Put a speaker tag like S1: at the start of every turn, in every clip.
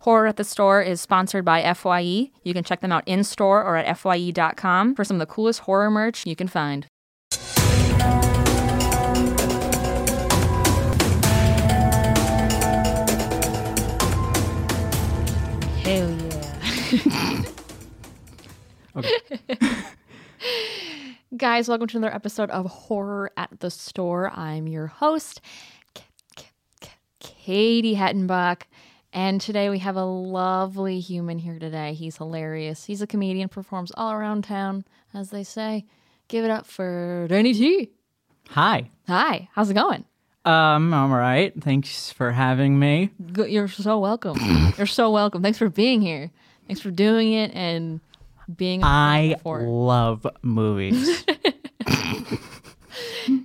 S1: Horror at the Store is sponsored by FYE. You can check them out in store or at FYE.com for some of the coolest horror merch you can find. Hell yeah. Guys, welcome to another episode of Horror at the Store. I'm your host, K- K- K- Katie Hettenbach. And today we have a lovely human here today. He's hilarious. He's a comedian, performs all around town, as they say. Give it up for Danny T.
S2: Hi.
S1: Hi, how's it going?
S2: Um, I'm all right. Thanks for having me.
S1: Go- You're so welcome. You're so welcome. Thanks for being here. Thanks for doing it and being a
S2: I
S1: for it.
S2: love movies.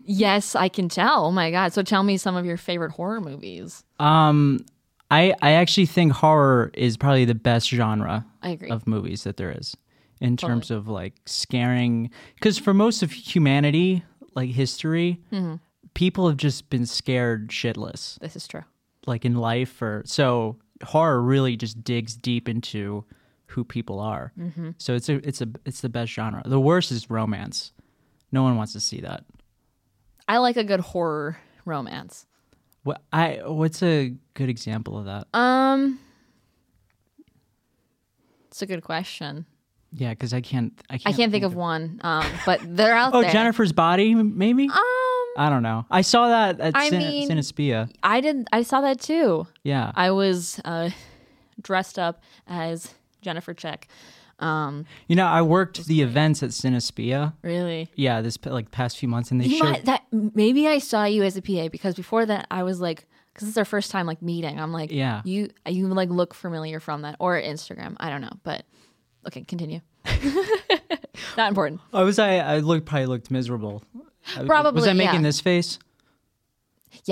S1: Yes, I can tell. Oh my god. So tell me some of your favorite horror movies.
S2: um, I I actually think horror is probably the best genre
S1: I agree.
S2: of movies that there is in terms of like scaring cuz for most of humanity, like history, people have just been scared shitless.
S1: This is true.
S2: like in life or so horror really just digs deep into who people are so it's a it's a it's the best genre the worst is romance no one wants to see that
S1: I like a good horror romance.
S2: what i what's a good example of that
S1: Um It's a good question.
S2: yeah because i can't i
S1: I
S2: can't
S1: can't think of one. Um but they're out
S2: oh
S1: there.
S2: jennifer's body m- maybe
S1: Um
S2: i don't know i saw that at
S1: I
S2: Cin-
S1: mean-
S2: Cinespia.
S1: I did I saw that too.
S2: yeah
S1: I was uh dressed up as Jennifer Check. Um
S2: you know i worked the events at Cinespia.
S1: really
S2: yeah this p- like past few months and they
S1: You
S2: showed
S1: might, that maybe I saw you as a PA because before that I was like, because it's our first time like meeting. I'm like,
S2: Yeah.
S1: you you like look familiar from that or Instagram. I don't know, but okay, continue. Not important.
S2: i was i i looked probably looked miserable I- was
S1: Probably,
S2: i making
S1: yeah.
S2: this face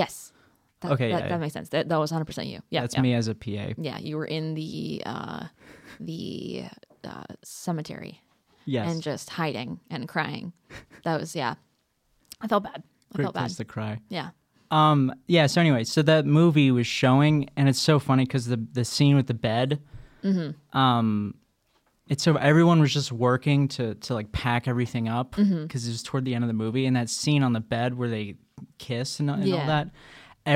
S1: Yes. That,
S2: Okay,
S1: that,
S2: yeah,
S1: that
S2: yeah.
S1: makes sense. That, that was 100 percent you. Yeah,
S2: That's
S1: yeah.
S2: me as a PA.
S1: Yeah, you were in the uh, the uh, cemetery
S2: Yes.
S1: and just hiding and crying. That was yeah. I felt bad. I
S2: Great
S1: felt bad.
S2: place to cry.
S1: Yeah.
S2: Um, yeah, so anyway, so that movie was showing and it's so funny cuz the the scene with the bed
S1: Mm-hmm.
S2: um it's so everyone was just working to to like pack everything up
S1: Mm-hmm.
S2: cuz it was toward the end of the movie and that scene on the bed where they kiss and, and
S1: Yeah.
S2: all that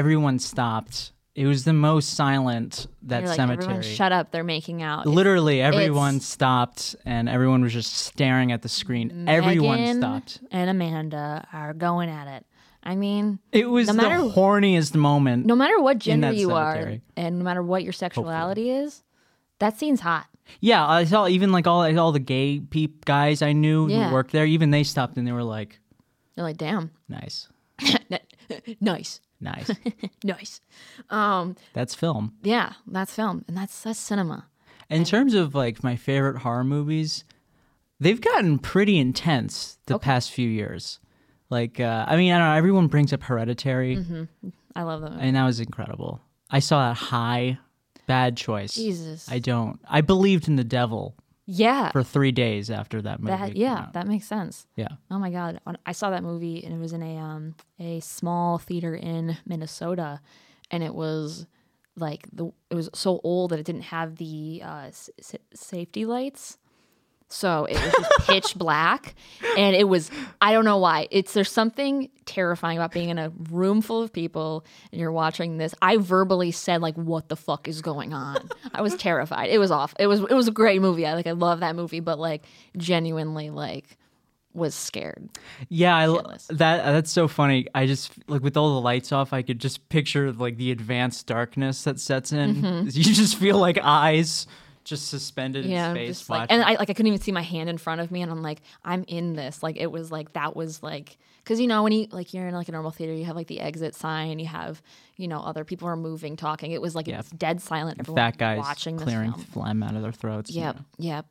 S2: everyone stopped. It was the most silent that
S1: You're like,
S2: cemetery.
S1: everyone shut up. They're making out.
S2: Literally everyone
S1: It's-
S2: stopped and everyone was just staring at the screen. everyone
S1: Megan
S2: stopped.
S1: and Amanda are going at it. I mean,
S2: It was
S1: No matter-
S2: the horniest moment.
S1: no matter what gender
S2: that
S1: you are
S2: cemetery.
S1: and no matter what your sexuality is, that scene's hot.
S2: Yeah, I saw even like all all the gay peep guys I knew
S1: Yeah.
S2: who worked there. Even they stopped and they were like,
S1: You're like, damn,
S2: "Nice,
S1: nice,
S2: nice,
S1: nice. Um,
S2: that's film."
S1: yeah, that's film and that's that's cinema.
S2: In terms of like my favorite horror movies, they've gotten pretty intense the past few years. Like, uh, I mean, I don't know. Everyone brings up Hereditary,
S1: Mm-hmm. I love them.
S2: and that was incredible. I saw that high, bad choice.
S1: Jesus.
S2: I don't. I believed in the devil
S1: yeah,
S2: for three days after that movie.
S1: that
S2: came
S1: yeah,
S2: out.
S1: that makes sense.
S2: yeah.
S1: Oh my god, When I saw that movie and it was in a um a small theater in Minnesota, and it was like the it was so old that it didn't have the uh, s- s- safety lights, so it was just pitch black, and it was I don't know why it's there's something terrifying about being in a room full of people and you're watching this. I verbally said like what the fuck is going on? I was terrified. It was off. It was it was a great movie. I like I love that movie, but like genuinely like was scared.
S2: Yeah, I, l-
S1: Shitless.
S2: that uh, that's so funny. I just like with all the lights off, I could just picture like the advanced darkness that sets in.
S1: Mm-hmm.
S2: You just feel like eyes just suspended
S1: Yeah,
S2: in
S1: I'm
S2: space.
S1: just like,
S2: watching.
S1: and I like I couldn't even see my hand in front of me, and I'm like, I'm in this. Like it was like that was like because you know when you like you're in like a normal theater, you have like the exit sign, you have you know other people are moving, talking. It was like it's dead silent. Everyone
S2: Fat guys
S1: watching this
S2: clearing
S1: film.
S2: phlegm out of their throats. you
S1: Yep,
S2: know.
S1: yep.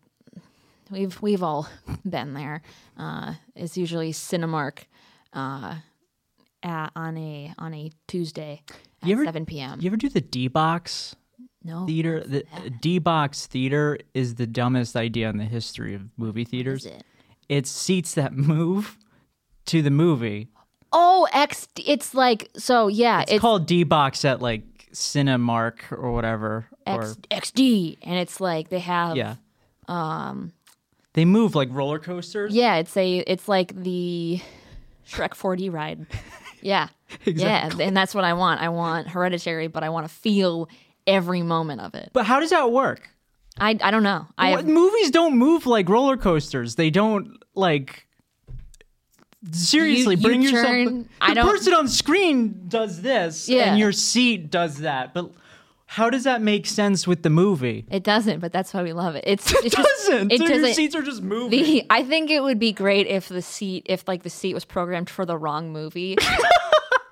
S1: We've we've all been there. Uh, it's usually Cinemark uh, at, on a on a Tuesday at
S2: You ever-
S1: 7 p.m.
S2: You ever do the D
S1: Oh,
S2: box
S1: no,
S2: theater? The D box theater is the dumbest idea in the history of movie
S1: is
S2: theaters.
S1: it?
S2: It's seats that move to the movie.
S1: Oh, X. It's like so. Yeah,
S2: It's, called D box at like Cinemark or whatever.
S1: X,
S2: or
S1: XD, and it's like they have
S2: yeah. Um, they move like roller coasters.
S1: Um, Yeah, it's a it's like the Shrek 4D ride. Yeah. Yeah, and that's what I want. I want Hereditary, but I want to feel every moment of it.
S2: But how does that work?
S1: I I don't know. I
S2: What, movies don't move like roller coasters. They don't like. Seriously,
S1: you
S2: bring yourself.
S1: turn-
S2: the
S1: I don't-
S2: person on screen does this,
S1: Yeah.
S2: and your seat does that. But how does that make sense with the movie?
S1: it doesn't, but that's why we love it. It's it
S2: It doesn't.
S1: It
S2: So your
S1: doesn't.
S2: seats are just moving.
S1: the, I think it would be great if the seat, if like the seat was programmed for the wrong movie.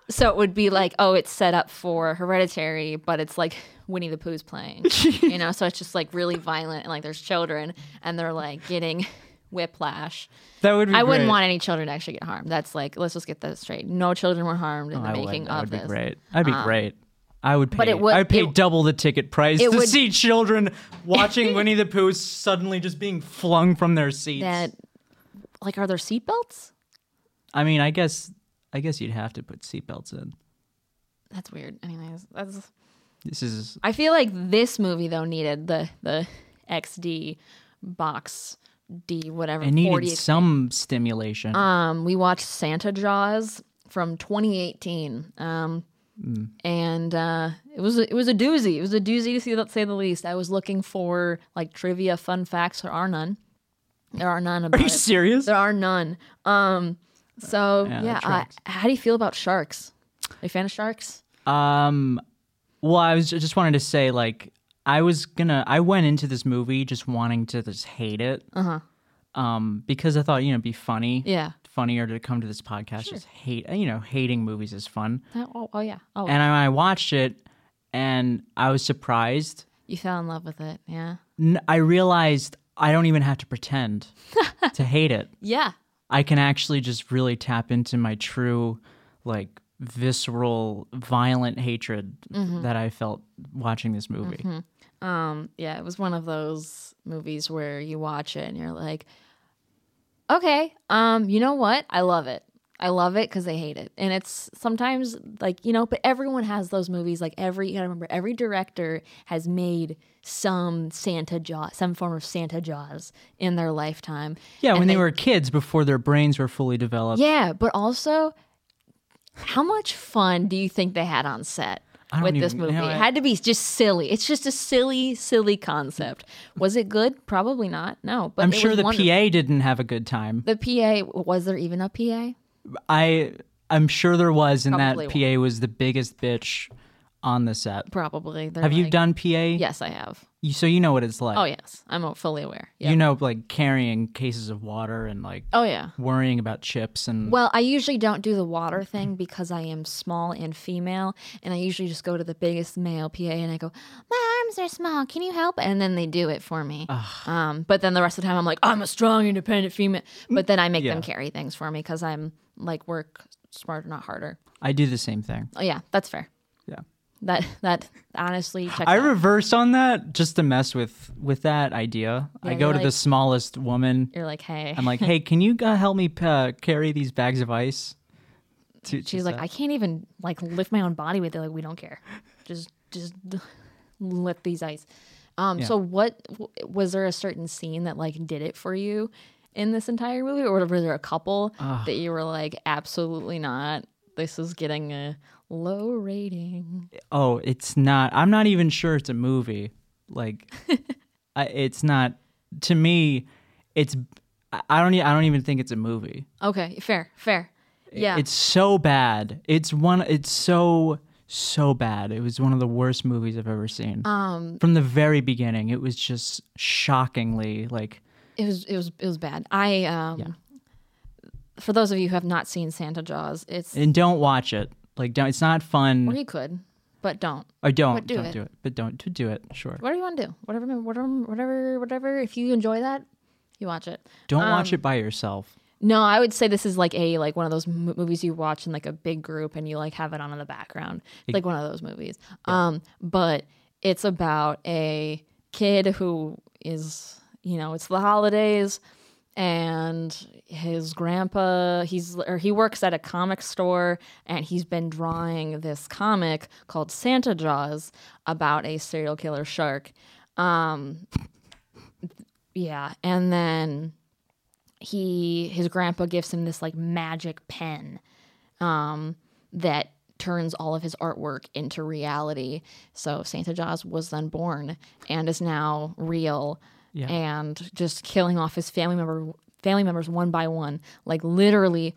S1: so it would be like, oh, it's set up for Hereditary, but it's like Winnie the Pooh's playing, you know? So it's just like really violent and like there's children and they're like getting whiplash.
S2: that would. Be
S1: I wouldn't
S2: great.
S1: want any children to actually get harmed. That's like, let's just get that straight. No children were harmed in the
S2: Oh, I would.
S1: making
S2: That
S1: of
S2: would
S1: this. Um,
S2: Be great. That'd be great. I would pay.
S1: it would-
S2: I'd pay
S1: it-
S2: double the ticket price to
S1: would-
S2: see children watching Winnie the Pooh suddenly just being flung from their seats.
S1: That, like, are there seatbelts?
S2: I mean, I guess, I guess you'd have to put seatbelts in.
S1: That's weird. Anyways, that's.
S2: This is
S1: I feel like this movie though needed the the XD box D whatever
S2: I needed
S1: 40.
S2: some stimulation.
S1: Um, we watched Santa Jaws from 2018. Um,
S2: Hmm.
S1: and uh, it was a, it was a doozy. It was a doozy to see that say the least. I was looking for like trivia, fun facts. There are none. There are none. About
S2: Are you
S1: it.
S2: serious?
S1: There are none. Um, so
S2: yeah, that
S1: yeah, I,
S2: tracks.
S1: how do you feel about sharks? Are you a fan of sharks?
S2: Um, well, I was I just wanted to say like I was gonna I went into this movie just wanting to just hate it. Um, because I thought you know it'd be funny.
S1: Uh-huh. Yeah.
S2: Funnier to come to this podcast just hate you know hating movies is fun.
S1: Oh, oh yeah. Oh,
S2: And I, I watched it and I was surprised.
S1: you fell in love with it. Yeah.
S2: N- I realized I don't even have to pretend to hate it.
S1: Yeah.
S2: I can actually just really tap into my true, like, visceral, violent hatred
S1: Mm-hmm.
S2: that I felt watching this movie.
S1: Um, yeah, it was one of those movies where you watch it and you're like, okay, um, you know what? I love it. I love it because they hate it. And it's sometimes like, you know, but everyone has those movies. Like every, you gotta remember, every director has made some Santa Jaws, some form of Santa Jaws in their lifetime.
S2: Yeah, when
S1: And
S2: they, were kids before their brains were fully developed.
S1: Yeah, but also, how much fun do you think they had on set
S2: don't
S1: with this
S2: even- you
S1: movie?
S2: know, I-
S1: it had to be just silly. It's just a silly, silly concept. Was it good? Probably not. No, but
S2: I'm
S1: it
S2: sure
S1: was
S2: the
S1: wonderful.
S2: PA didn't have a good time.
S1: The PA was there even a PA?
S2: I I'm sure there was, and
S1: Probably
S2: that PA was the biggest bitch on the set.
S1: Probably. They're
S2: Have you
S1: like-
S2: done PA?
S1: Yes, I have.
S2: You- So you know what it's like.
S1: Oh yes, I'm fully aware. Yeah.
S2: You know, like carrying cases of water and like
S1: oh yeah.
S2: worrying about chips and
S1: Well, I usually don't do the water thing because I am small and female, and I usually just go to the biggest male PA and I go, "My arms are small. Can you help?" And then they do it for me. Um, but then the rest of the time, I'm like, "I'm a strong, independent female," but then I make them
S2: Mm, Yeah.
S1: carry things for me because I'm like work smarter, not harder.
S2: I do the same thing.
S1: Oh yeah, that's fair.
S2: Yeah.
S1: That that honestly, checks
S2: I
S1: out.
S2: reverse on that just to mess with with that idea. I
S1: Yeah,
S2: go
S1: you're
S2: to the
S1: like-
S2: smallest woman.
S1: you're like, "Hey,"
S2: I'm like, "Hey, can you uh, help me uh, carry these bags of ice?" To-
S1: she's
S2: to
S1: like,
S2: set?
S1: "I can't even like lift my own body weight." They're like, "We don't care. Just just lift these ice." Um, so what w- was there a certain scene that like did it for you in this entire movie, or were there a couple that you were like, absolutely not? This is getting a low rating.
S2: "Oh, it's not. I'm not even sure it's a movie. Like, I, it's not. To me, it's. I I don't. e- I don't even think it's a movie.
S1: Okay, fair, fair. Yeah,
S2: It's so bad. It's one. It's so so bad. It was one of the worst movies I've ever seen. Um, from the very beginning, it was just shockingly like.
S1: it was it was it was bad. I um, for those of you who have not seen Santa Jaws, it's
S2: and don't watch it. Like, don't. It's not
S1: or
S2: fun.
S1: you could, but don't.
S2: Or don't
S1: but do
S2: do not
S1: it.
S2: do it. But don't to do it. Sure.
S1: whatever you want to do, whatever, whatever, whatever, whatever. If you enjoy that, you watch it.
S2: Don't
S1: um,
S2: watch it by yourself.
S1: No, I would say this is like a like one of those m- movies you watch in like a big group and you like have it on in the background. It's like one of those movies. Um, but it's about a kid who is you know it's the holidays and his grandpa he's or he works at a comic store and he's been drawing this comic called Santa Jaws about a serial killer shark. Um yeah, and then he his grandpa gives him this like magic pen um that turns all of his artwork into reality. So Santa Jaws was then born and is now real
S2: Yeah.
S1: and just killing off his family member family members one by one. Like literally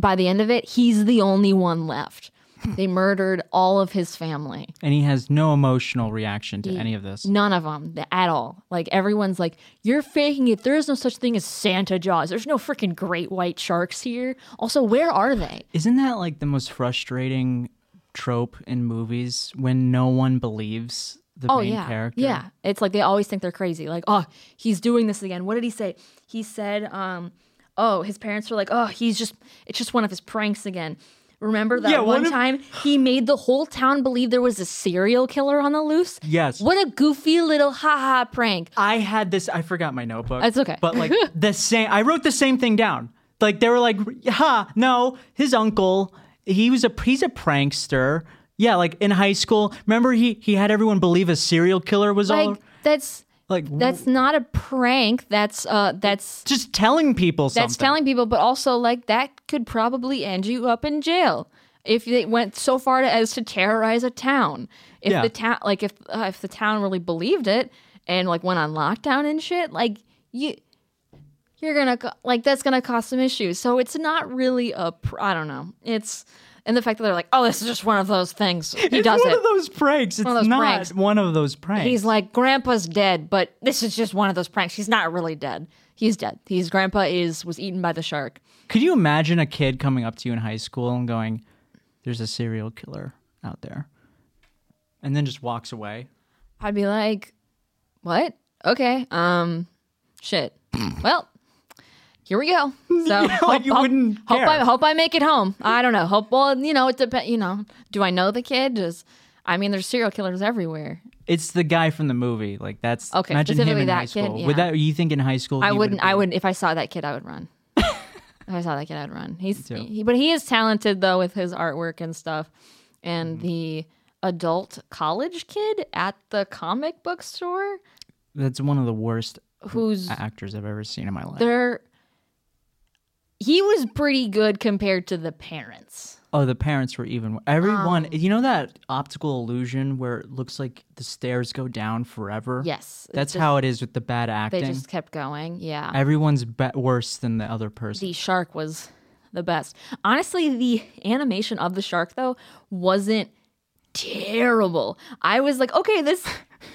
S1: by the end of it, he's the only one left. They murdered all of his family.
S2: And he has no emotional reaction to any of this.
S1: None of them at all. Like everyone's like, you're faking it. There is no such thing as Santa Jaws. There's no freaking great white sharks here. Also, where are they?
S2: Isn't that like the most frustrating trope in movies when no one believes the
S1: Oh
S2: main
S1: yeah,
S2: character?
S1: yeah. It's like they always think they're crazy. Like, oh, he's doing this again. What did he say? He said, um, oh, his parents were like, oh, he's just, it's just one of his pranks again. Remember that
S2: Yeah,
S1: one
S2: one of-
S1: time he made the whole town believe there was a serial killer on the loose?
S2: Yes.
S1: What a goofy little haha prank.
S2: I had this. I forgot my notebook.
S1: It's okay.
S2: But like the same, I wrote the same thing down. Like they were like, "Ha, no, his uncle. He was a he's a prankster." Yeah, like in high school. Remember, he he had everyone believe a serial killer was all
S1: Like that's
S2: like
S1: that's not a prank. That's uh that's
S2: just telling people something.
S1: that's telling people, but also like that could probably end you up in jail if they went so far to, as to terrorize a town. If
S2: Yeah.
S1: the town, like if uh, if the town really believed it and like went on lockdown and shit, like you. You're gonna co- like that's gonna cause some issues, so it's not really a. Pr- I don't know. It's and the fact that they're like, oh, this is just one of those things. He
S2: it's
S1: does
S2: one
S1: it.
S2: of those pranks. It's
S1: of those
S2: not
S1: pranks.
S2: one of those pranks.
S1: He's like, Grandpa's dead, but this is just one of those pranks. He's not really dead. He's dead. His grandpa is was eaten by the shark.
S2: Could you imagine a kid coming up to you in high school and going, "There's a serial killer out there," and then just walks away?
S1: I'd be like, what? Okay. Um, shit. well, here we go. So
S2: Yeah, like you wouldn't
S1: hope
S2: care.
S1: I hope I make it home. I don't know. Hope well, you know, it depends. You know, do I know the kid? Does I mean, there's serial killers everywhere.
S2: It's the guy from the movie. Like that's
S1: Okay,
S2: Imagine him
S1: specifically
S2: in
S1: that
S2: high school.
S1: kid,
S2: Would
S1: yeah.
S2: that you think in high school?
S1: I
S2: he
S1: wouldn't.
S2: would've
S1: I
S2: been-
S1: wouldn't. If I saw that kid, I would run. if I saw that kid, I'd run. He's,
S2: too.
S1: he, but he is talented though with his artwork and stuff. And
S2: Mm-hmm.
S1: the adult college kid at the comic book store,
S2: That's one of the worst
S1: who's
S2: actors I've ever seen in my life.
S1: there, he was pretty good compared to the parents.
S2: oh, the parents were even.
S1: Um.
S2: Everyone, you know that optical illusion where it looks like the stairs go down forever.
S1: Yes,
S2: that's how it is with the bad
S1: they
S2: acting.
S1: just kept going. Yeah,
S2: Everyone's be- worse than the other person.
S1: the shark was the best. Honestly, the animation of the shark though wasn't terrible. I was like, okay, this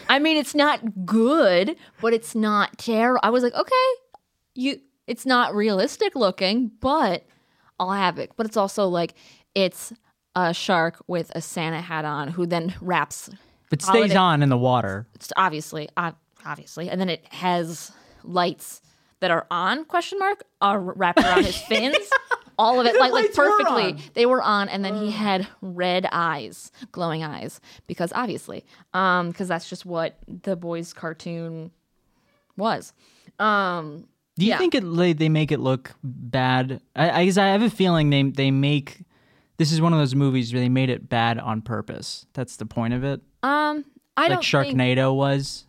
S1: I mean, it's not good, but it's not terrible. I was like, okay, you it's not realistic looking, but I'll have it. But it's also like it's a shark with a Santa hat on who then wraps
S2: but stays
S1: holiday-
S2: on in the water.
S1: it's obviously ob- obviously and then it has lights that are on question mark are wrapped around his fins all of it like, like
S2: lights were
S1: perfectly
S2: on.
S1: they were on and then he had red eyes glowing eyes because obviously um because that's just what the boys cartoon was um
S2: Do you
S1: Yeah.
S2: think it like, they make it look bad? I I, 'cause I have a feeling they they make this is one of those movies where they made it bad on purpose. That's the point of it.
S1: um i
S2: Like
S1: don't think
S2: Sharknado was.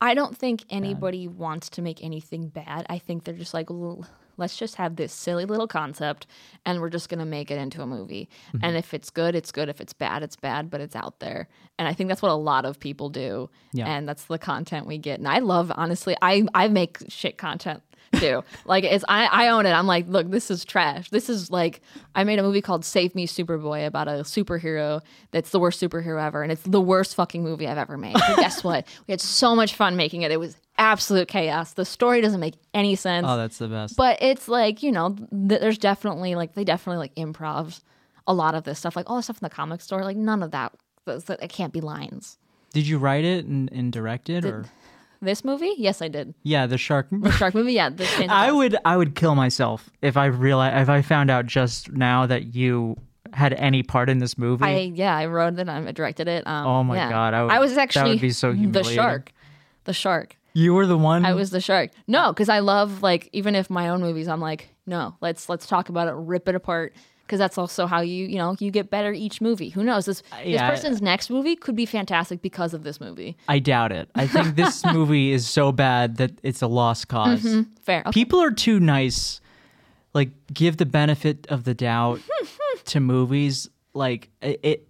S1: i don't think anybody wants to make anything bad i think they're just like "L- let's just have this silly little concept and we're just going to make it into a movie and if it's good it's good if it's bad it's bad but it's out there and i think that's what a lot of people do
S2: Yeah.
S1: and that's the content we get and i love honestly i i make shit content too like it's I, I own it i'm like look this is trash this is like i made a movie called save me superboy about a superhero that's the worst superhero ever and it's the worst fucking movie i've ever made but guess what we had so much fun making it it was absolute chaos the story doesn't make any sense
S2: Oh, that's the best.
S1: but it's like you know, th- there's definitely like they definitely like improv a lot of this stuff, like all the stuff in the comic store. Like none of that, those- that- it can't be lines.
S2: Did you write it and, and direct it, or
S1: This movie, yes, I did.
S2: yeah, the shark?
S1: The shark movie, yeah. The Santa
S2: I
S1: Claus.
S2: would I would kill myself if I realized if I found out just now that you had any part in this movie.
S1: I yeah, I wrote it. I directed it. Um,
S2: Oh my
S1: yeah.
S2: God, I would-
S1: was
S2: that would
S1: actually
S2: be so
S1: the
S2: humiliating.
S1: shark, the shark.
S2: You were the one.
S1: I was the shark. No, because I love like even if my own movies, I'm like, no, let's let's talk about it, rip it apart, because that's also how you you know you get better each movie. Who knows this
S2: Uh, yeah, I-
S1: this person's next movie could be fantastic because of this movie.
S2: I doubt it. I think this movie is so bad that it's a lost because
S1: Fair. Okay.
S2: People are too nice. Like, give the benefit of the doubt to movies. Like, it, it,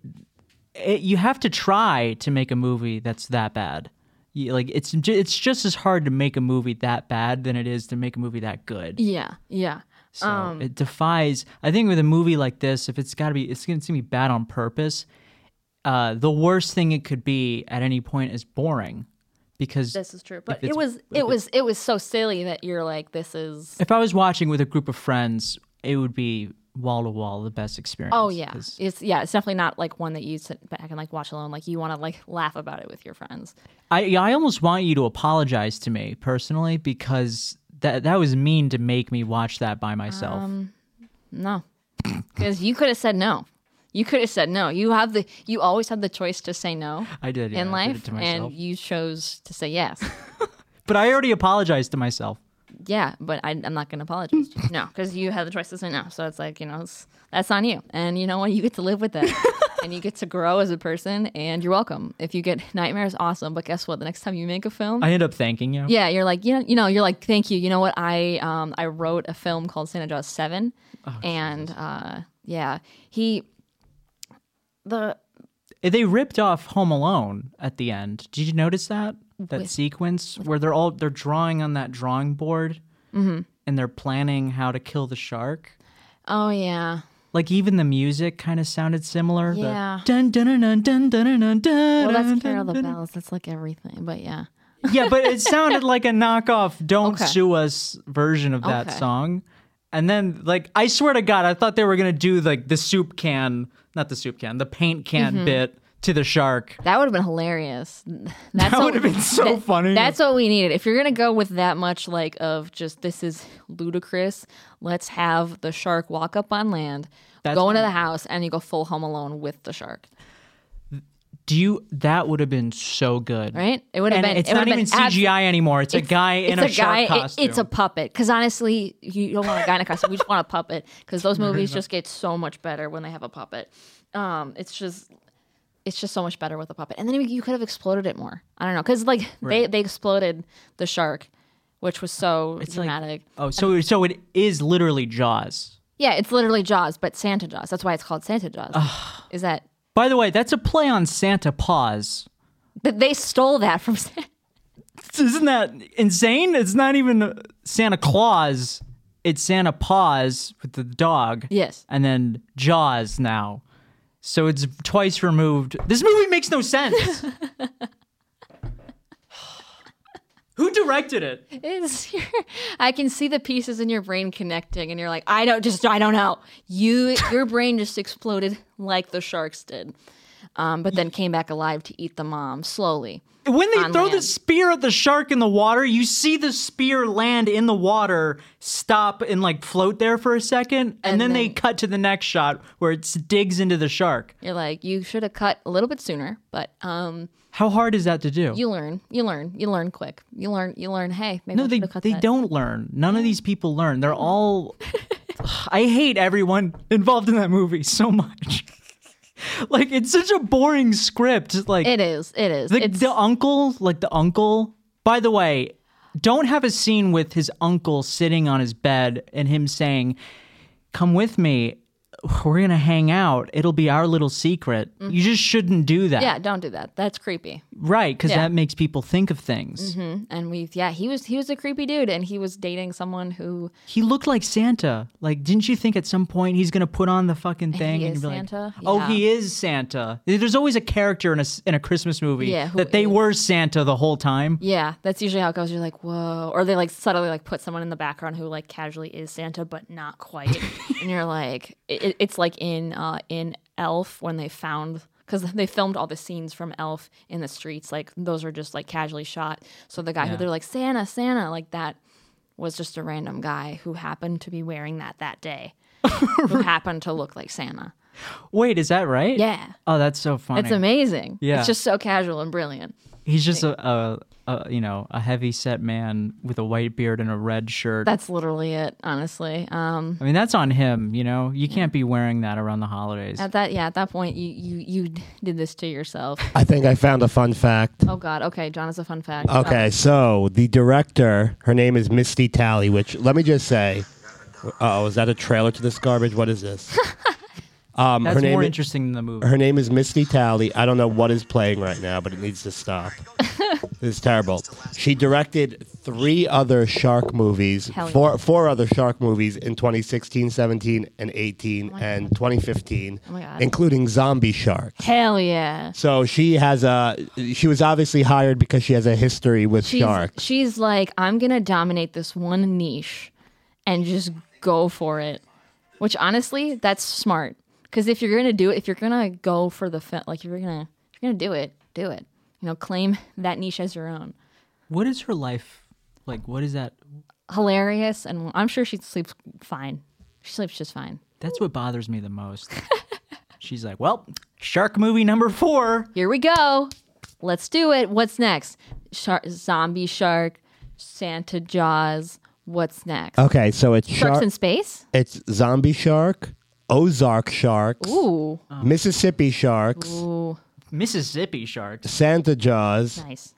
S2: it, you have to try to make a movie that's that bad. You, like, it's ju- it's just as hard to make a movie that bad than it is to make a movie that good.
S1: Yeah, yeah.
S2: So it defies. I think with a movie like this, if it's got to be, it's going to be bad on purpose. Uh, the worst thing it could be at any point is boring, because
S1: This is true, but
S2: it's-
S1: it was it was it was so silly that you're like, this is
S2: if I was watching with a group of friends, it would be wall to wall the best experience.
S1: oh yeah,
S2: 'Cause-
S1: it's yeah, it's definitely not like one that you sit back and like watch alone. Like you want to like laugh about it with your friends.
S2: I I almost want you to apologize to me personally because that that was mean to make me watch that by myself.
S1: Um, No, because you could have said no. You could have said no. You have the you always have the choice to say no
S2: I did yeah,
S1: in
S2: I did it
S1: life,
S2: to myself.
S1: and you chose to say yes.
S2: but I already apologized to myself.
S1: yeah, but I, I'm not going to apologize. To you. No, because you had the choice to say no. So it's like you know it's, that's on you, and you know what? You get to live with that, and you get to grow as a person. And you're welcome. If you get nightmares, awesome. But guess what? The next time you make a film,
S2: I end up thanking you.
S1: yeah, you're like, you know, you know, you're like, thank you. You know what? I um I wrote a film called Santa Jaws Seven,
S2: Oh,
S1: and uh yeah, he the
S2: They ripped off Home Alone at the end. Did you notice that that sequence where they're all they're drawing on that drawing board
S1: Mm-hmm.
S2: and they're planning how to kill the shark?
S1: oh yeah,
S2: Like even the music kind of sounded similar. the
S1: Yeah.
S2: Dun dun dun dun dun dun dun.
S1: well
S2: dun,
S1: that's Carol the
S2: dun, dun.
S1: Bells. That's like everything, but yeah,
S2: Yeah, but it sounded like a knockoff "Don't
S1: Okay.
S2: Sue Us" version of that
S1: Okay.
S2: song. And then, like, I swear to God, I thought they were gonna do like the soup can, not the soup can, the paint can
S1: Mm-hmm.
S2: bit to the shark.
S1: that would have been hilarious. That's
S2: That
S1: what-
S2: would have been so funny.
S1: That's what we needed. If you're gonna go with that much, like of just this is ludicrous, let's have the shark walk up on land,
S2: That's
S1: go into the house, and you go full Home Alone with the shark.
S2: Do you? That would have been so good.
S1: Right? It would have
S2: And
S1: been.
S2: it's
S1: it
S2: not
S1: would have
S2: even
S1: been abs-
S2: CGI anymore. It's, a guy in a, shark
S1: it-
S2: costume.
S1: it's a puppet. Because honestly, you don't want a guy in a costume. We just want a puppet. Because those movies just get so much better when they have a puppet. Um, it's just. It's just so much better with a puppet, and then you could have exploded it more. I don't know, because like they, they exploded the shark, which was so
S2: like-
S1: dramatic.
S2: oh, so so it is literally Jaws.
S1: yeah, it's literally Jaws, but Santa Jaws. That's why it's called Santa Jaws. Is that
S2: By the way, that's a play on Santa Paws.
S1: that they stole that from? Santa.
S2: Isn't that insane? It's not even Santa Claus. It's Santa Paws with the dog.
S1: Yes.
S2: And then Jaws now. So it's twice removed. This movie makes no sense. Who directed it?
S1: It's I can see the pieces in your brain connecting, and you're like, I don't just, I don't know. You, your brain just exploded like the sharks did, um, but then came back alive to eat the mom slowly.
S2: When they
S1: On
S2: throw the
S1: land.
S2: spear at the shark in the water, you see the spear land in the water, stop and like float there for a second, and, then, they
S1: then-
S2: cut to the next shot where it digs into the shark.
S1: You're like, you should have cut a little bit sooner, but um,
S2: How hard is that to do?
S1: you learn, you learn, you learn quick. You learn, you learn. Hey, maybe
S2: No,
S1: I
S2: they
S1: should have cut
S2: they
S1: that. Mm.
S2: don't learn. None of these people learn. They're all. I hate everyone involved in that movie so much. like it's such a boring script. Like
S1: It is, it is.
S2: the,
S1: it's
S2: the uncle, like the uncle. By the way, don't have a scene with his uncle sitting on his bed and him saying, "Come with me." We're gonna hang out. It'll be our little secret. You just shouldn't do that,
S1: Mm-hmm. yeah, don't do that. That's creepy.
S2: right? Because
S1: Yeah. Mm-hmm.
S2: that makes people think of things.
S1: And we, yeah, he was, he was a creepy dude, and he was dating someone who
S2: He looked like Santa. Like, didn't you think at some point he's gonna put on the fucking thing
S1: is
S2: you'd be like,
S1: Santa?
S2: "Oh,
S1: Yeah.
S2: he is Santa." There's always a character in a s- in a Christmas movie
S1: Yeah, who
S2: that they
S1: is.
S2: were Santa the whole time.
S1: Yeah, that's usually how it goes. You're like, whoa, or they like subtly like put someone in the background who like casually is Santa, but not quite. and you're like, it, it's like in uh, in Elf when they found because they filmed all the scenes from Elf in the streets. Like those are just like casually shot. So the guy who they're like Santa, Santa, like that was just a random guy who happened to be wearing that that day, who happened to look like Santa.
S2: Wait, is that right?
S1: Yeah,
S2: Oh, that's so funny.
S1: it's amazing.
S2: Yeah.
S1: it's just so casual and brilliant.
S2: He's just a, a, a you know a heavy set man with a white beard and a red shirt.
S1: That's literally it, honestly. Um,
S2: I mean, that's on him. You know, you can't be wearing that around the holidays.
S1: at that, yeah, at that point, you you you did this to yourself.
S3: I think I found a fun fact.
S1: Oh God. Okay, John has a fun fact. Oh,
S3: Okay, so the director, her name is Misty Tally, which let me just say, oh, is that a trailer to this garbage? What is this? Um,
S2: That's
S3: her name.
S2: more
S3: i-
S2: interesting than the movie.
S3: her name is Misty Tally. I don't know what is playing right now, but it needs to stop. this is terrible. She directed three other shark movies,
S1: Hell yeah.
S3: four four other shark movies in 2016, 17, and 18,
S1: Oh my
S3: and
S1: God.
S3: 2015,
S1: Oh my God.
S3: including Zombie Shark.
S1: Oh, Hell yeah.
S3: So she has a. She was obviously hired because she has a history with
S1: She's
S3: sharks.
S1: she's like, I'm gonna dominate this one niche, and just go for it. Which honestly, that's smart. Because if you're gonna do it, if you're gonna go for the film, like if you're gonna if you're gonna do it, do it. You know, claim that niche as your own.
S2: what is her life like? What is that?
S1: hilarious and I'm sure she sleeps fine. She sleeps just fine.
S2: That's what bothers me the most. She's like, well, shark movie number four.
S1: Here we go. Let's do it. What's next? Shar zombie shark, Santa Jaws. What's next?
S3: Okay, so it's
S1: Sharks
S3: Uh, shark.
S1: in space?
S3: It's zombie shark, Ozark sharks,
S1: Ooh. Oh.
S3: Mississippi sharks,
S1: Ooh.
S2: Mississippi sharks.
S3: Santa Jaws.
S1: Nice.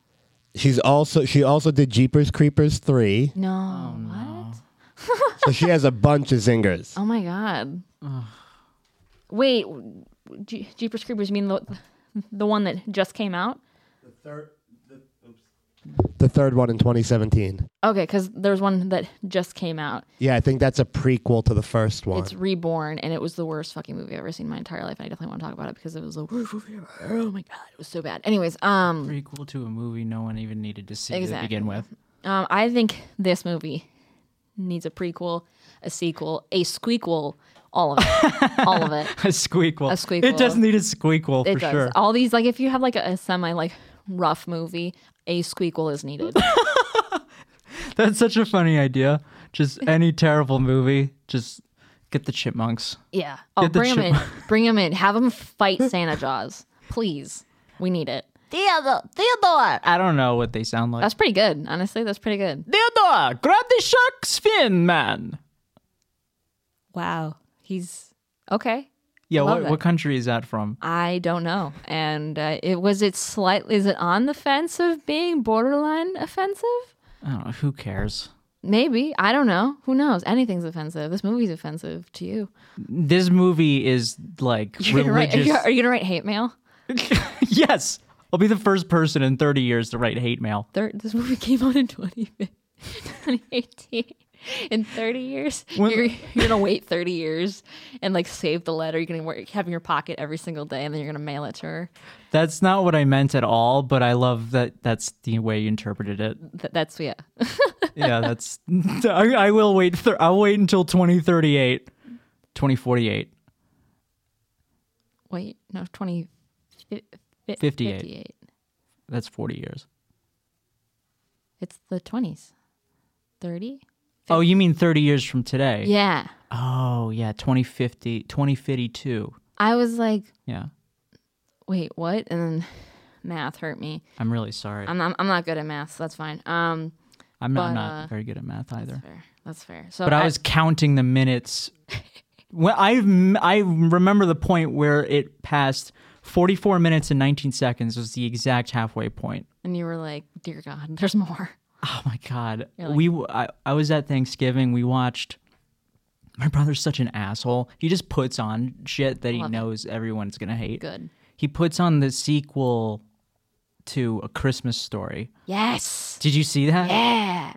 S3: She's also she also did Jeepers Creepers three,
S1: Oh, No. what?
S3: so she has a bunch of zingers.
S1: Oh my god. Wait. w- Je- Jeepers Creepers you mean the the one that just came out?
S3: The third one in 2017.
S1: Okay, cuz there's one that just came out.
S3: Yeah, I think that's a prequel to the first one.
S1: It's Reborn, and it was the worst fucking movie I've ever seen in my entire life. And I definitely want to talk about it because it was like, oh my god, it was so bad. Anyways, um,
S2: Prequel to a movie no one even needed to see to begin with.
S1: um, I think this movie needs a prequel, a sequel, a squeakquel, all of it, all of it.
S2: A squeakquel.
S1: A squeakquel.
S2: It does need a squeakquel
S1: It
S2: for
S1: does
S2: sure.
S1: all these like if you have like a, semi like rough movie, a squeakquel is needed. Oh.
S2: That's such a funny idea. Just any terrible movie, just get the chipmunks.
S1: yeah. Oh,
S2: Get the
S1: bring 'em in,
S2: chip-
S1: bring 'em in, have 'em fight Santa Jaws, please. We need it.
S2: Theodore, Theodore. I don't know what they sound like.
S1: That's pretty good, honestly. That's pretty good.
S2: Theodore, grab the shark's fin, man.
S1: Wow, he's okay.
S2: Yeah,
S1: Love
S2: what,
S1: that.
S2: what country is that from?
S1: I don't know. And uh, it was it slightly is it on the fence of being borderline offensive?
S2: I don't know. Who cares?
S1: Maybe. I don't know. Who knows? Anything's offensive. This movie's offensive to you.
S2: This movie is like
S1: You're gonna write, are,
S2: religious.
S1: you, are you gonna write hate mail?
S2: yes. I'll be the first person in 30 years to write hate mail.
S1: Thir this movie came out in 20, 2018. In 30 years,
S2: When-
S1: you're, you're gonna wait 30 years and like save the letter. You're gonna work, have in your pocket every single day, and then you're gonna mail it to her.
S2: That's not what I meant at all, but I love that that's the way you interpreted it.
S1: Th- that's yeah.
S2: Yeah, that's I, I will wait th- I'll wait until 2038, 2048.
S1: Wait, no, 20, fi- fi-
S2: 58. That's 40 years.
S1: It's the 20s. 30?
S2: Oh, you mean 30 years from today?
S1: Yeah.
S2: Oh, yeah, 2050, 2052.
S1: I was like,
S2: Yeah.
S1: wait, what? And then math hurt me.
S2: I'm really sorry. I'm,
S1: I'm I'm, I'm not good at math, so that's fine. Um,
S2: not, I'm
S1: but,
S2: not
S1: uh,
S2: very good at math either.
S1: fair. That's fair. So
S2: But I was counting the minutes. Well, I I remember the point where it passed 44 minutes and 19 seconds was the exact halfway point.
S1: and you were like, dear God, there's more.
S2: Oh my god. we w- I, I was at Thanksgiving, we watched my brother's such an asshole. He just puts on shit that he knows everyone's going to hate.
S1: Good.
S2: He puts on the sequel to A Christmas Story.
S1: Yes.
S2: Did you see that?
S1: Yeah.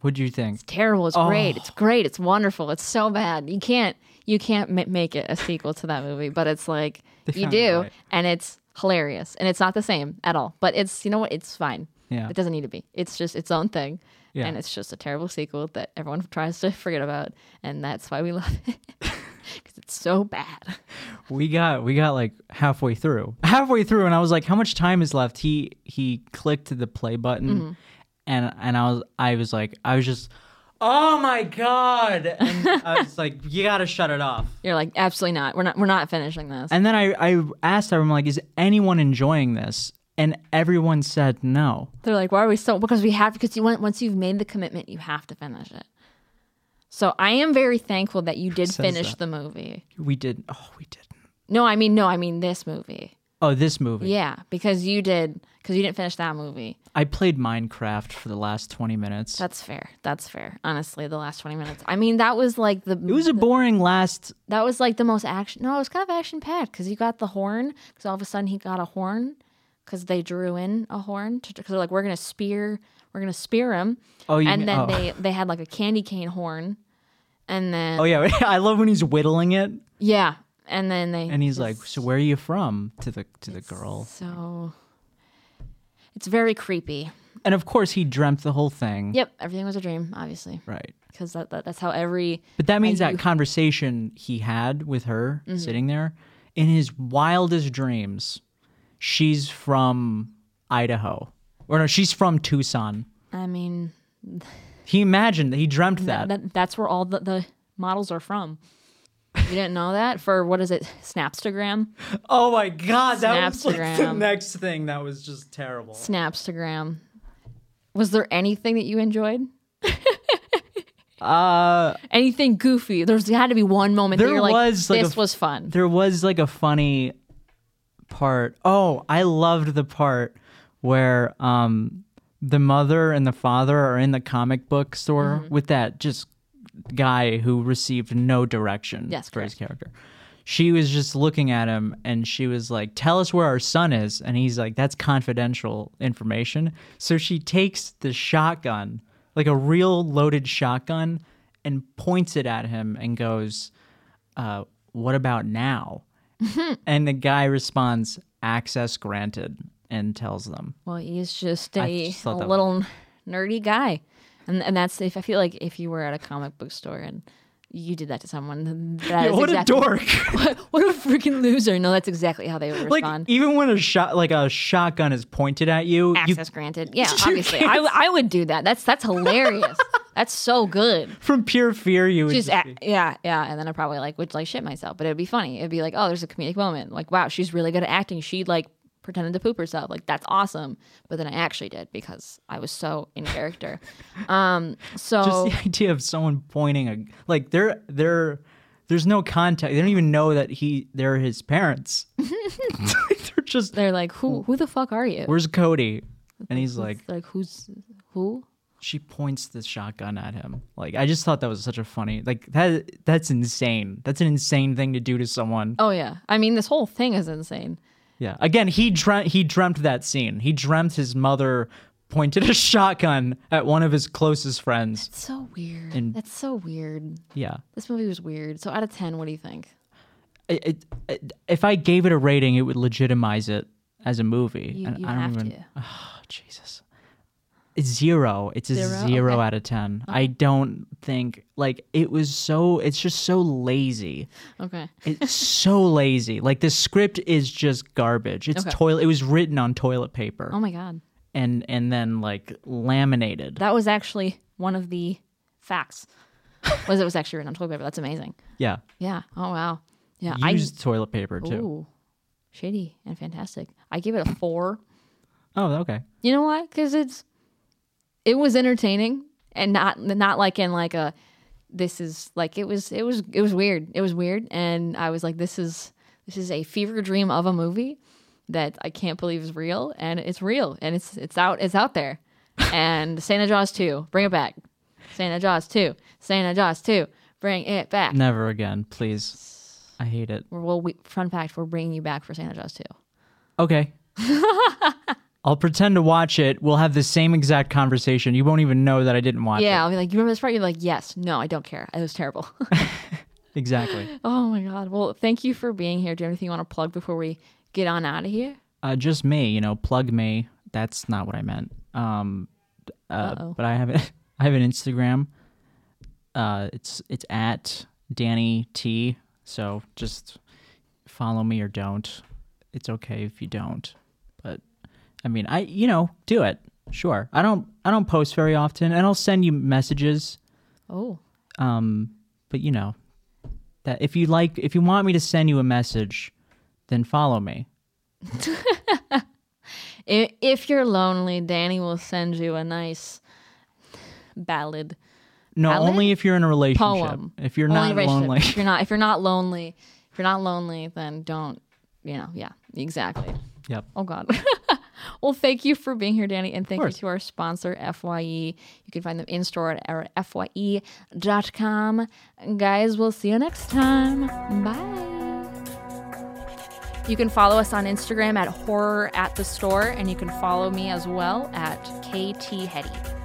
S2: What'd you think?
S1: Terrible.
S2: Oh.
S1: It's great. It's great. It's wonderful. It's so bad. You can't you can't ma- make it a sequel to that movie, but it's like you
S2: found it
S1: do,
S2: right.
S1: and it's hilarious, and it's not the same at all. But it's you know what? It's fine.
S2: Yeah.
S1: It doesn't need to be. It's just its own thing.
S2: Yeah.
S1: And it's just a terrible sequel that everyone tries to forget about. And that's why we love it. Because it's so bad.
S2: we got we got like halfway through halfway through and i was like how much time is left he he clicked the play button
S1: Mm-hmm.
S2: and and i was i was like i was just oh my god and i was like you gotta shut it off
S1: You're like, absolutely not. We're not we're not finishing this.
S2: and then i i asked everyone like is anyone enjoying this and everyone said no.
S1: They're like, why are we still? Because we have because you want once you've made the commitment, you have to finish it. So I am very thankful that you did
S2: says
S1: finish
S2: that?
S1: the movie.
S2: We did. Oh, we didn't.
S1: No, I mean no, I mean this movie.
S2: Oh, this movie.
S1: Yeah, because you did because you didn't finish that movie.
S2: I played Minecraft for the last 20 minutes.
S1: That's fair. That's fair. Honestly, the last twenty minutes. I mean, that was like the
S2: it was a boring last.
S1: that was like the most action. No, it was kind of action packed because you got the horn. Because all of a sudden he got a horn because they drew in a horn because they're like we're gonna spear we're gonna spear him.
S2: Oh, you
S1: and
S2: mean-
S1: then
S2: oh.
S1: they they had like a candy cane horn, and then
S2: Oh yeah, I love when he's whittling it
S1: yeah, and then they
S2: and he's like, "So where are you from?" to the to the girl.
S1: so it's very creepy.
S2: And of course he dreamt the whole thing.
S1: Yep, everything was a dream, obviously,
S2: Right.
S1: because that, that that's how every
S2: But that means
S1: I- Mm-hmm.
S2: that conversation he had with her sitting there in his wildest dreams, she's from Idaho. Or no, she's from Tucson.
S1: I mean
S2: He imagined that he dreamt that.
S1: that, that's where all the, the models are from. You didn't know that for what is it, Snapstagram?
S2: oh my god, that was like the
S1: Snapstagram.
S2: next thing that was just terrible.
S1: Snapstagram. Was there anything that you enjoyed?
S2: Uh
S1: Anything goofy? There's had to be one moment that
S2: There
S1: you're like,
S2: was, like, a
S1: this
S2: f-
S1: was fun.
S2: there was like a funny part. Oh, I loved the part where um the mother and the father are in the comic book store with that just guy who received no direction
S1: Yes,
S2: for his character. She was just looking at him and she was like, Tell us where our son is. And he's like, That's confidential information. So she takes the shotgun, like a real loaded shotgun, and points it at him and goes, uh, What about now? and the guy responds, Access granted, and tells them.
S1: Well, he's just
S2: I
S1: a,
S2: just
S1: a
S2: thought that
S1: little nerdy guy, and and that's if I feel like if you were at a comic book store and you did that to someone, that
S2: Yeah,
S1: is
S2: what
S1: exactly,
S2: a dork.
S1: What, what a freaking loser! No, that's exactly how they would
S2: like
S1: respond.
S2: even when a shot like a shotgun is pointed at you, you
S1: Access granted. Yeah, obviously, I, w- I would do that. That's that's hilarious. that's so good.
S2: from pure fear you would
S1: She's
S2: just,
S1: a yeah, yeah, and then I probably like would like shit myself, but it'd be funny. It'd be like, oh, there's a comedic moment. Like, wow, she's really good at acting. She like pretended to poop herself. Like that's awesome. But then I actually did because I was so in character. um,
S2: just
S1: so
S2: the idea of someone pointing a like they're they're there's no contact. They don't even know that he they're his parents. they're just
S1: they're like, who who the fuck are you?
S2: where's Cody? And he's like
S1: Like who's who?
S2: she points the shotgun at him. Like I just thought that was such a funny like that that's insane. That's an insane thing to do to someone.
S1: Oh yeah, I mean this whole thing is insane.
S2: Yeah. Again, he dreamt he dreamt that scene. He dreamt his mother pointed a shotgun at one of his closest friends.
S1: It's so weird.
S2: And-
S1: that's so weird.
S2: Yeah.
S1: This movie was weird. So out of ten, what do you think?
S2: It, it, it- if I gave it a rating, it would legitimize it as a movie.
S1: You,
S2: And
S1: you
S2: I don't
S1: have
S2: even-
S1: to.
S2: Oh, Jesus. It's zero. It's a
S1: Zero?
S2: zero,
S1: Okay.
S2: out of 10. I don't think, like, it was so, it's just so lazy.
S1: Okay.
S2: It's so lazy. Like, the script is just garbage. It's
S1: Okay.
S2: toilet, it was written on toilet paper
S1: Oh my god.
S2: and, and then, like, laminated.
S1: That was actually one of the facts. was it was actually written on toilet paper? That's amazing.
S2: yeah.
S1: Yeah. Oh wow. Yeah.
S2: Used toilet paper,
S1: I
S2: too.
S1: ooh, shady and fantastic. I give it a four.
S2: Oh, okay.
S1: You know why? Because it's it was entertaining and not not like in like a this is like it was it was it was weird. It was weird, and I was like, this is this is a fever dream of a movie that I can't believe is real, and it's real, and it's it's out it's out there. and Santa Jaws two, bring it back. Santa Jaws two, Santa Jaws two, bring it back.
S2: Never again, please. I hate it.
S1: We're- Well, we, fun fact, we're bringing you back for Santa Jaws two.
S2: Okay. I'll pretend to watch it. We'll have the same exact conversation. You won't even know that I didn't watch
S1: Yeah,
S2: it.
S1: I'll be like, you remember this part? You're like, yes, no, I don't care. It was terrible.
S2: Exactly.
S1: Oh my God. Well, thank you for being here. Do you have anything you want to plug before we get on out of here?
S2: Uh, just me, you know, plug me. That's not what I meant. Um, uh,
S1: Uh-oh.
S2: but I have it. I have an Instagram. Uh, it's it's at Danny T. So just follow me or don't. It's okay if you don't. But I mean, I you know, do it. Sure. I don't I don't post very often, and I'll send you messages.
S1: Oh,
S2: Um, but you know, that if you like, if you want me to send you a message, then follow me.
S1: I- If you're lonely, Danny will send you a nice ballad
S2: No,
S1: Ballad?
S2: only if you're in a relationship.
S1: poem.
S2: If you're
S1: Only
S2: not
S1: relationship.
S2: lonely.
S1: If you're not if you're not lonely, if you're not lonely, then don't, you know, yeah, exactly.
S2: yep.
S1: Oh God. well, thank you for being here, Danny, and thank you
S2: course.
S1: to our sponsor, FYE. You can find them in store at our FYE.com. Guys, we'll see you next time. Bye. You can follow us on Instagram at horror at the store, and you can follow me as well at KT Hetty.